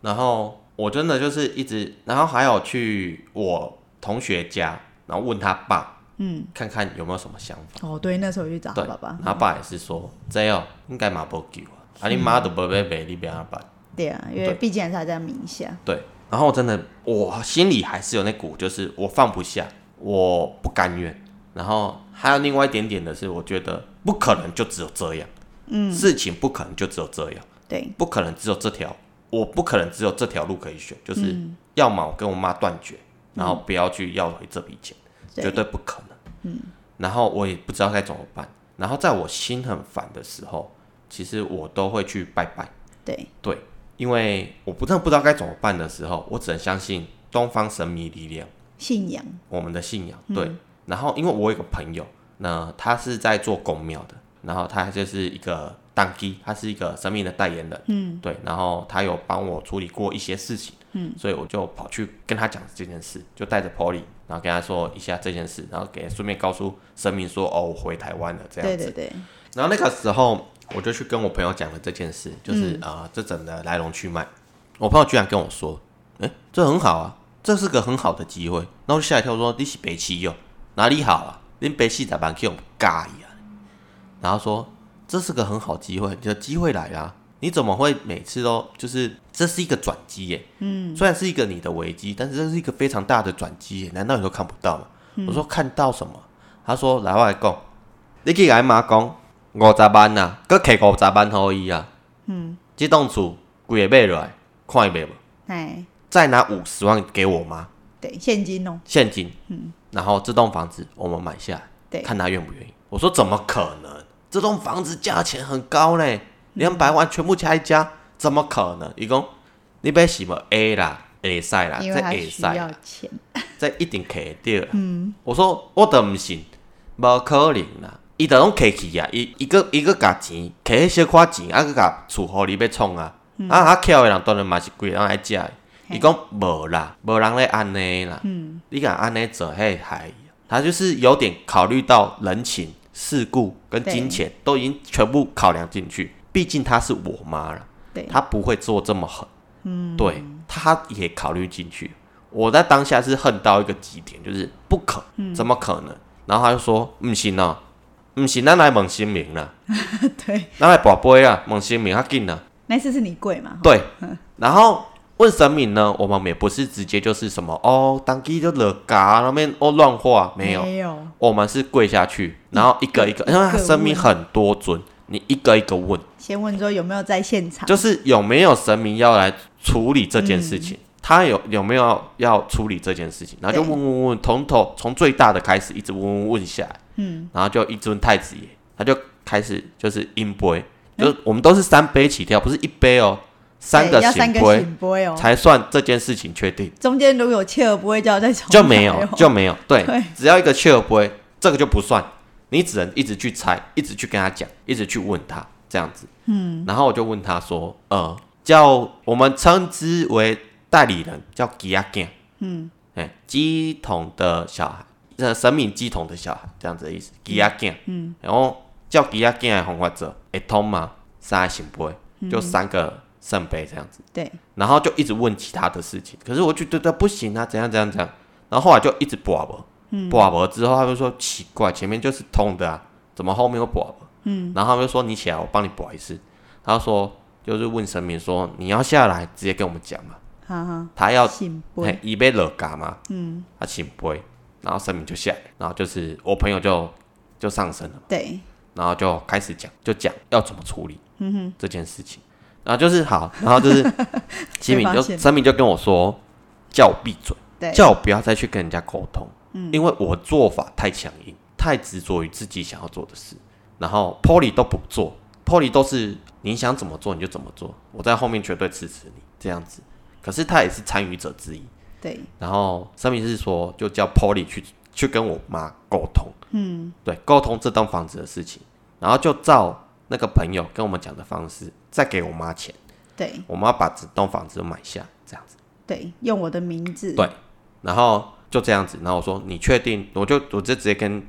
然后我真的就是一直，然后还有去我同学家，然后问他爸，嗯，看看有没有什么想法。哦，对，那时候我去找他对，爸爸。然后爸也是说，这样应该嘛不救啊，啊你妈都不被卖，你别办。对啊，因为对毕竟还是还在名下。对，然后我真的我心里还是有那股，就是我放不下，我不甘愿。然后还有另外一点点的是，我觉得不可能就只有这样，嗯，事情不可能就只有这样。对不可能只有这条，我不可能只有这条路可以选，就是要么我跟我妈断绝，然后不要去要回这笔钱，对绝对不可能。嗯，然后我也不知道该怎么办。然后在我心很烦的时候，其实我都会去拜拜，对对，因为我不真的不知道该怎么办的时候，我只能相信东方神秘力量。信仰我们的信仰。嗯对，然后因为我有个朋友，那他是在做公庙的，然后他就是一个当机，他是一个生命的代言人。嗯，对，然后他有帮我处理过一些事情。嗯，所以我就跑去跟他讲这件事，就带着 Polly，然后跟他说一下这件事，然后给顺便告诉神明说，哦，我回台湾了这样对子。对对然后那个时候我就去跟我朋友讲了这件事，就是啊、呃这整的来龙去脉。我朋友居然跟我说：“哎、这很好啊，这是个很好的机会。”然后我就吓一跳说：“你是北七哟，哪里好啊？你北七咋办？给我们尬一啊？”然后说：“这是个很好机会，你的机会来啦、你怎么会每次都就是这是一个转机耶？嗯，虽然是一个你的危机，但是这是一个非常大的转机耶，难道你都看不到吗？我说看到什么？他说来我来讲，你去来妈讲五十万啊，搁摕五十万互伊啊。嗯，这栋厝规个买落来，看伊卖无？哎，再拿五十万给我妈对，现金哦，现金，嗯，然后这栋房子我们买下来，对看他愿不愿意。我说怎么可能？这栋房子价钱很高嗯嘞，两百万全部加一加，怎么可能？伊讲你买什么 A 啦，会使啦，因为啊这他会需使要啦，钱。这一定摕会着啦。嗯，我说我都毋信，无可能啦。伊都拢摕去啊，伊伊个伊个甲钱，摕迄小块钱，啊个甲厝户里要创啊，啊啊巧的人当然嘛是规个人爱食的。伊讲无啦，无人咧安尼啦，嗯，你敢安尼做，嘿害，他就是有点考虑到人情、世故跟对金钱都已经全部考量进去。毕竟她是我妈了，对，他不会做这么狠，嗯，对，他也考虑进去。我在当下是恨到一个极点，就是不可，怎么可能？然后他就说：“唔行哦，唔行，咱来问新明 啦，对，咱来宝贝啊，问新明较紧啦。那次是你贵嘛”？对，然后问神明呢，我们也不是直接就是什么哦，当机就惹嘎那边哦乱话 没有，没有，我们是跪下去，然后一个一个，因为他神明很多尊，你一个一个问。先问说有没有在现场？就是有没有神明要来处理这件事情，他有有没有要处理这件事情，然后就嗯对问问问，从头从最大的开始一直问问问下来，嗯，然后就一直问太子爷，他就开始就是硬杯，就是我们都是三杯起跳，不是一杯哦，三个嗯对要醒三个杯醒杯哦。才算这件事情确定，中间如果有切尔不会叫再重来 就没有哦就没有，对对，只要一个确杯，这个就不算，你只能一直去猜，一直去跟他讲，一直去问他这样子。然后我就问他说，呃，叫我们称之为代理人叫吉阿健，嗯，哎，鸡桶的小孩，这神明鸡桶的小孩，这样子的意思，吉阿健，嗯，然后叫吉阿健的红花者，会通吗？三行杯，就三个圣杯这样子，对，然后就一直问其他的事情，可是我就觉得不行啊，怎样怎样怎样，然后后来就一直拔博，嗯拔博之后他就说奇怪，前面就是通的啊，怎么后面又拔博？嗯，然后他们就说你起来，我帮你拔一次。他说就是问神明说你要下来直接跟我们讲嘛，哈哈，他要醒嘿杯，伊被惹嘎嘛，嗯，他醒杯，然后神明就下来，然后就是我朋友就就上身了。对，然后就开始讲，就讲要怎么处理，嗯这件事情。然后就是好，然后就是 新敏就被发现哎神明就跟我说，叫我闭嘴，对，叫我不要再去跟人家沟通，嗯因为我做法太强硬，太执着于自己想要做的事，然后 Polly 都不做，Polly 都是你想怎么做你就怎么做，我在后面绝对支持你这样子。可是他也是参与者之一，对，然后声明是说，就叫 Polly 去去跟我妈沟通，嗯，对，沟通这栋房子的事情，然后就照那个朋友跟我们讲的方式，再给我妈钱，对，我妈把整栋房子都买下，这样子，对，用我的名字，对然后就这样子，然后我说你确定？我就我就直接跟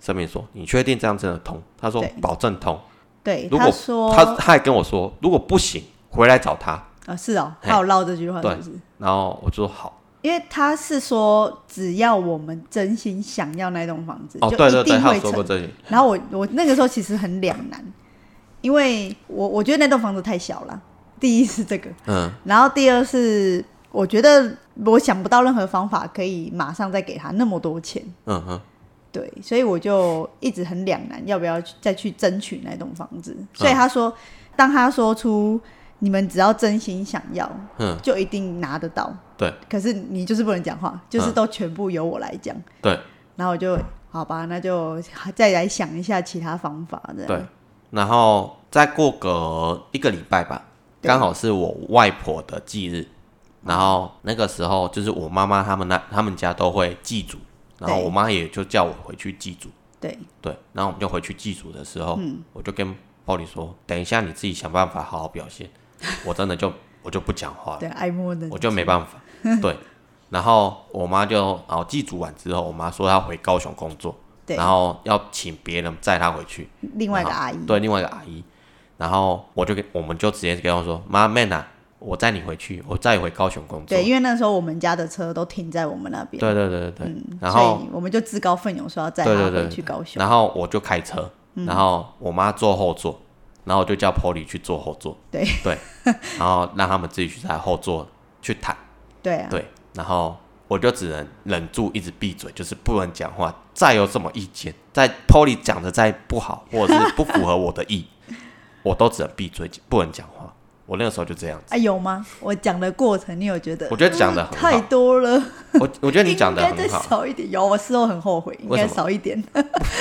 声明说，你确定这样真的通？他说对保证通，对，如他果说，他他还跟我说，如果不行回来找他，啊，是哦，嘿他有唠这句话，对是不是？然后我就说好，因为他是说，只要我们真心想要那栋房子，哦就对一对对，定他有会说过成。这些，然后我我那个时候其实很两难，因为我我觉得那栋房子太小了，第一是这个，嗯，然后第二是我觉得我想不到任何方法可以马上再给他那么多钱，嗯哼，对，所以我就一直很两难，要不要去再去争取那栋房子。嗯所以他说，当他说出你们只要真心想要，嗯，就一定拿得到。对可是你就是不能讲话，就是嗯都全部由我来讲。对。然后我就好吧，那就再来想一下其他方法。这样对，然后再过个一个礼拜吧，对刚好是我外婆的忌日，然后那个时候就是我妈妈他们那他们家都会祭祖，然后对我妈也就叫我回去祭祖，对对，然后我们就回去祭祖的时候，嗯我就跟鲍里说，等一下你自己想办法好好表 现，我真的就我就不讲话了，对，爱莫能哦我就没 办法，对。然后我妈就哦，祭祖完之后，我妈说要回高雄工作，对然后要请别人载她回去，另外一个阿姨然后对，另外一个阿姨，然后我就跟我们就直接跟她说：“妈，man 啊，我载你回去，我载你回高雄工作。对，”因为那时候我们家的车都停在我们那边，对对对对对，然嗯所后以我们就自告奋勇说要载对他对对回去高雄。然后我就开车，嗯然后我妈坐后座，然后我就叫 Polly 去坐后座，对对，然后让他们自己去在后座去谈，对啊，对，然后我就只能忍住一直闭嘴，就是不能讲话。再有什么意见，在 Polly 讲的再不好，或者是不符合我的意， 我都只能闭嘴，不能讲话。我那个时候就这样子。啊，有吗？我讲的过程，你有觉得？我觉得讲得很好太多了。 我我觉得你讲的应该很再好，少一点。有，我事后很后悔，应为什该么少一点。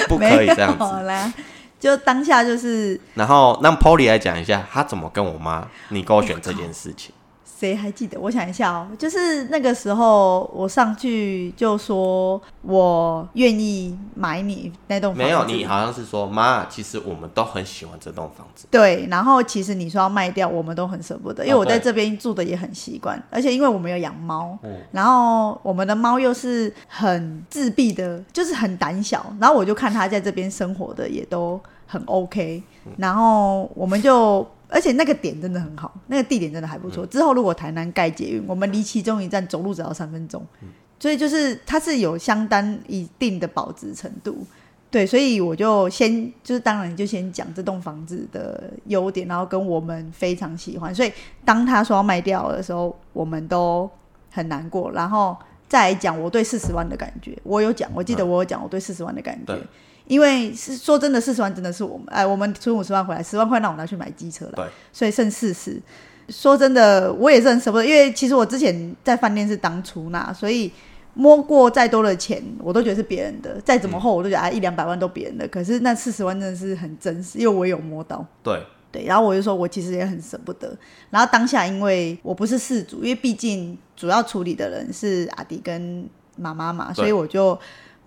不 没可以这样有子。啦，就当下就是然后让 Polly 来讲一下，他怎么跟我妈你给我选这件事情。谁还记得？我想一下哦，就是那个时候我上去就说我愿意买你那栋房子，没有，你好像是说妈，其实我们都很喜欢这栋房子。对，然后其实你说要卖掉，我们都很舍不得，因为哦我在对这边住的也很习惯，而且因为我们有养猫，嗯然后我们的猫又是很自闭的，就是很胆小，然后我就看它在这边生活的也都很 OK，然嗯后我们就。而且那个点真的很好，那个地点真的还不嗯错。之后如果台南盖捷运，我们离其中一站走路只要三分钟，嗯所以就是它是有相当一定的保值程度。对，所以我就先就是当然就先讲这栋房子的优点，然后跟我们非常喜欢，所以当他说要卖掉的时候，我们都很难过，然后再来讲我对四十万的感觉，我有讲，我记得我有讲我对四十万的感觉。对因为是说真的，四十万真的是我们，哎，我们存五十万回来，十万块让我拿去买机车对了，所以剩四十。说真的，我也是很舍不得，因为其实我之前在饭店是当出纳，所以摸过再多的钱，我都觉得是别人的，再怎么厚我都觉得啊一两百万都别人的，可是那四十万真的是很真实，因为我也有摸到。对，对，然后我就说，我其实也很舍不得。然后当下，因为我不是事主，因为毕竟主要处理的人是阿迪跟妈妈嘛，所以对我就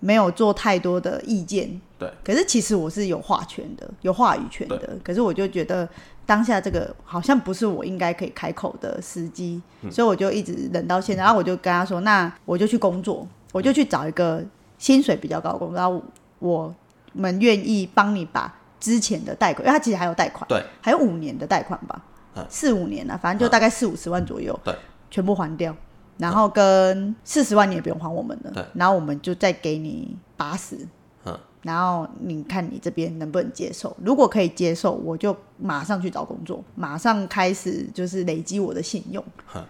没有做太多的意见。对，可是其实我是有话权的，有话语权的。可是我就觉得当下这个好像不是我应该可以开口的时机，嗯所以我就一直忍到现在。然后我就跟他说，那我就去工作，我就去找一个薪水比较高的工作，然后我们愿意帮你把之前的贷款，因为他其实还有贷款，对，还有五年的贷款吧嗯，四五年啊，反正就大概四五十万左右，对，全部还掉，然后跟四十万你也不用还我们对了，然后我们就再给你八十，嗯，然后你看你这边能不能接受？如果可以接受，我就马上去找工作，马上开始就是累积我的信用哼。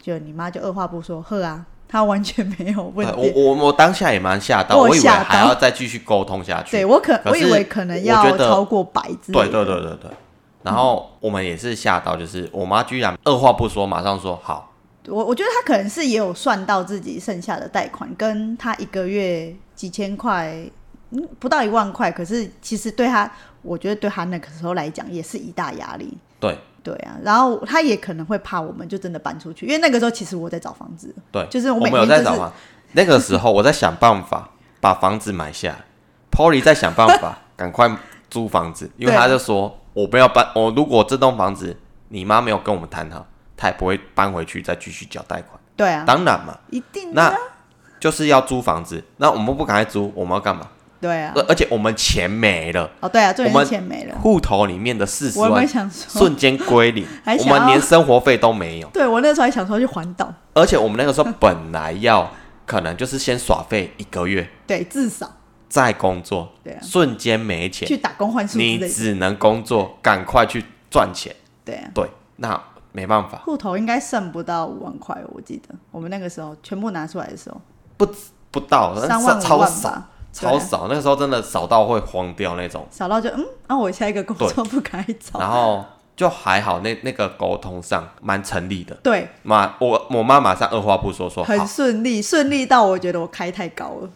就你妈就二话不说，呵啊，她完全没有问对题我。我我当下也蛮吓到，我我以为吓到还要再继续沟通下去。对我可可我以是为可能我要觉得超过百之类对的对对对对。然后我们也是吓到，就是我妈居然二话不说，马上说好。我我觉得他可能是也有算到自己剩下的贷款，跟他一个月几千块，嗯，不到一万块，可是其实对他，我觉得对他那个时候来讲也是一大压力。对对啊，然后他也可能会怕我们就真的搬出去，因为那个时候其实我在找房子，对，就是我我每们有天就在是找嘛。那个时候我在想办法 把房子买下来，Polly 在想办法 赶快租房子，因为对他就说我不要搬，我如果这栋房子你妈没有跟我们谈好，她也不会搬回去再继续缴贷款。对啊，当然嘛，一定的那啊，就是要租房子，那我们不赶快租，我们要干嘛？对啊而，而且我们钱没了，哦对啊，重呃我点们是钱没了，户头里面的四十我有没万有想说？瞬间归零还，我想要们连生活费都没有，对我那时候还想说去环岛，而且我们那个时候本来要可能就是先耍废一个月，对，至少再工作，对啊瞬间没钱去，打工换数之你类的，只能工作，赶快去赚钱。对啊。对，那没办法，户头应该剩不到五万块，我记得我们那个时候全部拿出来的时候，不到三万五超万少，吧，对啊超少，那个时候真的少到会慌掉那种。少到就嗯，那、我下一个工作不该找，然后就还好，那那个沟通上蛮成立的。对，妈，我我妈马上二话不说说哦好很，顺利，顺利到我觉得我开太高了，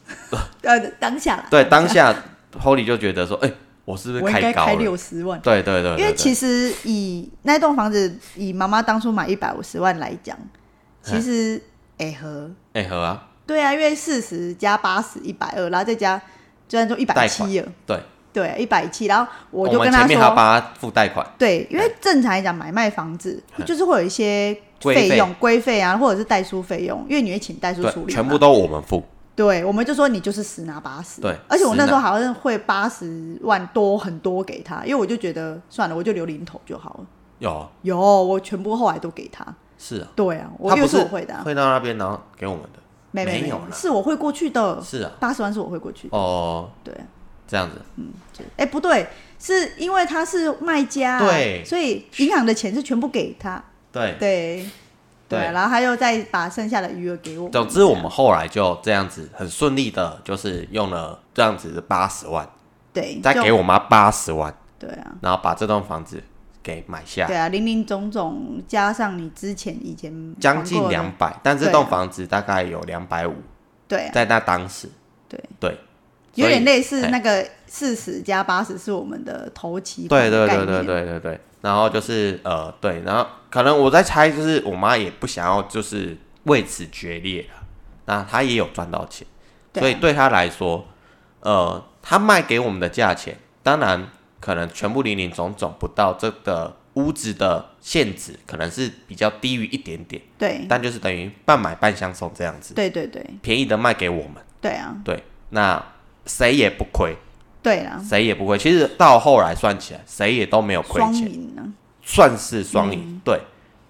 呃，当下啦，对，当下 Holly 就觉得说，哎、我是不是我应该高开了？六十万，对对对对因为其实实以那栋房子，以妈妈当初买一百五十万来讲，嗯其实哎和哎和啊，对啊，因为四十加八十一百二，然后再加，虽然说一百贷款七了，对，对，一百七，然后我就们跟他前面还要说。帮他付贷款，对，因为正常来讲，买卖房子嗯就是会有一些规费费用、规费啊，或者是代书费用，因为你会请代书处对，理，全部。都我们付，对，我们就说你就是十拿八十。对而且我那十拿时候好像会八十万多很多给他，因为我就觉得算了，我就留零头就好了。有啊有，我全部后来都给他。是啊，对啊，我他又不是是我会的、啊，会到那边然后给我们的，没没没有啦是我会过去的，是啊，八十万是我会过去的。哦，对啊，这样子，哎、不对，是因为他是卖家啊、对所以银行的钱是全部给他。对，对，对对，然后他又再把剩下的余额给我。总之我们后来就这样子很顺利的，就是用了这样子的八十万，对，再就给我妈八十万，对啊，然后把这栋房子给买下对，啊，零零总总加上你之前以前将近还过的两，百，但这对啊栋房子大概有两百五，对啊，在那当时，对，对，有点类所似以哎那个四十加八十是我们的头期款对的对对概念对对对对。然后就是呃，对，然后可能我在猜，就是我妈也不想要，就是为此决裂了。那她也有赚到钱，对啊所以对她来说，呃，她卖给我们的价钱，当然可能全部零零总总不到这个屋子的限值，可能是比较低于一点点，对但就是等于半买半相送这样子，嗯对对对便宜的卖给我们，对啊，对，那谁也不亏，对啦，谁也不亏。其实到后来算起来，谁也都没有亏双钱。赢啊呢？算是双赢，嗯对，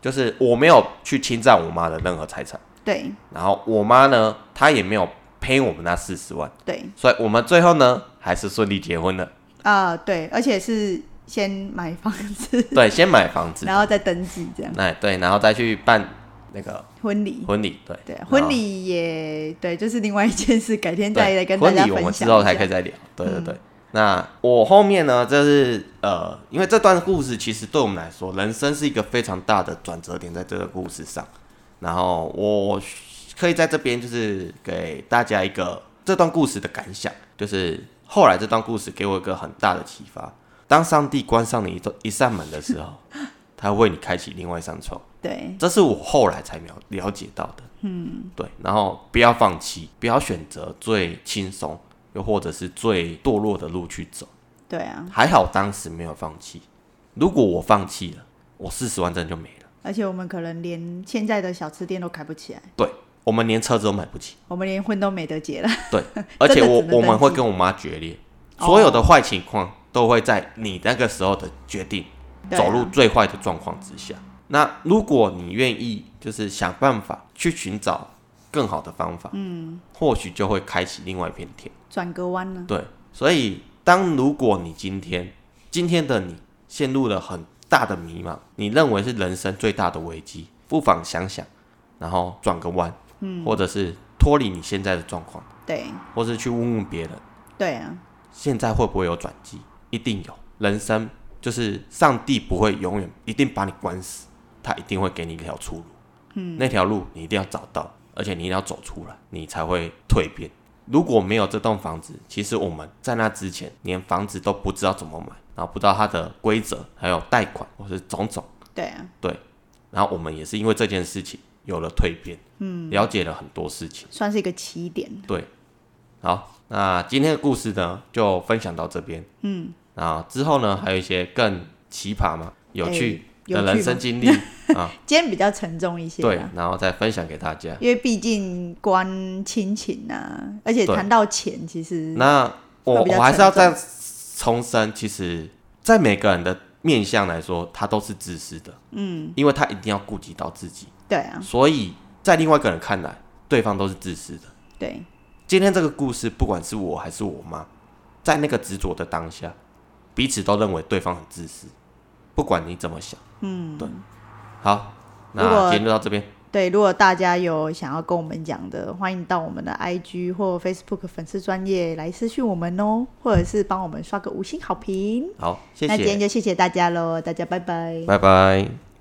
就是我没有去侵占我妈的任何财产，对然后我妈呢，她也没有赔我们那四十万，对所以我们最后呢还是顺利结婚 了。啊、对，而且是先买房子，对，先买房 子，然后再登记这样哎对，然后再去办那个婚礼。婚礼，对对，然后婚礼也对，就是另外一件事，改天再来对跟大婚家礼分我们享一下。嗯之后才可以再聊，对对对。那我后面呢，就是呃，因为这段故事其实对我们来说，人生是一个非常大的转折点，在这个故事上。然后我可以在这边就是给大家一个这段故事的感想，就是后来这段故事给我一个很大的启发。当上帝关上你一座一扇门的时候，他为你开启另外一扇窗，对这是我后来才了了解到的。嗯，对，然后不要放弃，不要选择最轻松又或者是最堕落的路去走。对啊，还好当时没有放弃，如果我放弃了，我四十万真的就没了。而且我们可能连现在的小吃店都开不起来，对，我们连车子都买不起。我们连婚都没 得结了。 对，而且我真的只能哦我们登记会跟我妈决裂，所有的坏情况都会在你那个时候的决定，对啊走入最坏的状况之下。那如果你愿意，就是想办法去寻找更好的方法，嗯，或许就会开启另外一片天。转个弯呢？对，所以当如果你今天今天的你陷入了很大的迷茫，你认为是人生最大的危机，不妨想想，然后转个弯，嗯，或者是脱离你现在的状况，对或是去问问别人，对啊，现在会不会有转机？一定有，人生就是上帝不会永远一定把你关死，他一定会给你一条出路。嗯，那条路你一定要找到，而且你一定要走出来，你才会蜕变。如果没有这栋房子，其实我们在那之前连房子都不知道怎么买，然后不知道它的规则，还有贷款或是种种。对啊，对，然后我们也是因为这件事情有了蜕变，嗯，了解了很多事情。算是一个起点。对，好，那今天的故事呢，就分享到这边。嗯，啊，之后呢，还有一些更奇葩嘛、有趣哎有的趣人吗生经 历啊，今天比较沉重一些对啦，，然后再分享给大家。因为毕竟关亲情啊，而且对谈到钱，其实那我嗯会比较我还是要沉再重申，其实，在每个人的面相来说，他都是自私的。嗯，因为他一定要顾及到自己，对啊，所以在另外一个人看来，对方都是自私的。对今天这个故事，不管是我还是我妈，在那个执着的当下，彼此都认为对方很自私，不管你怎么想，嗯，对。好，如果那今天就到这边，对。如果大家有想要跟我们讲的，欢迎到我们的 IG 或 Facebook 粉丝专业来私讯我们哦，或者是帮我们刷个五星好评。好，谢那今天谢，就谢谢大家喽，大家拜拜。拜拜。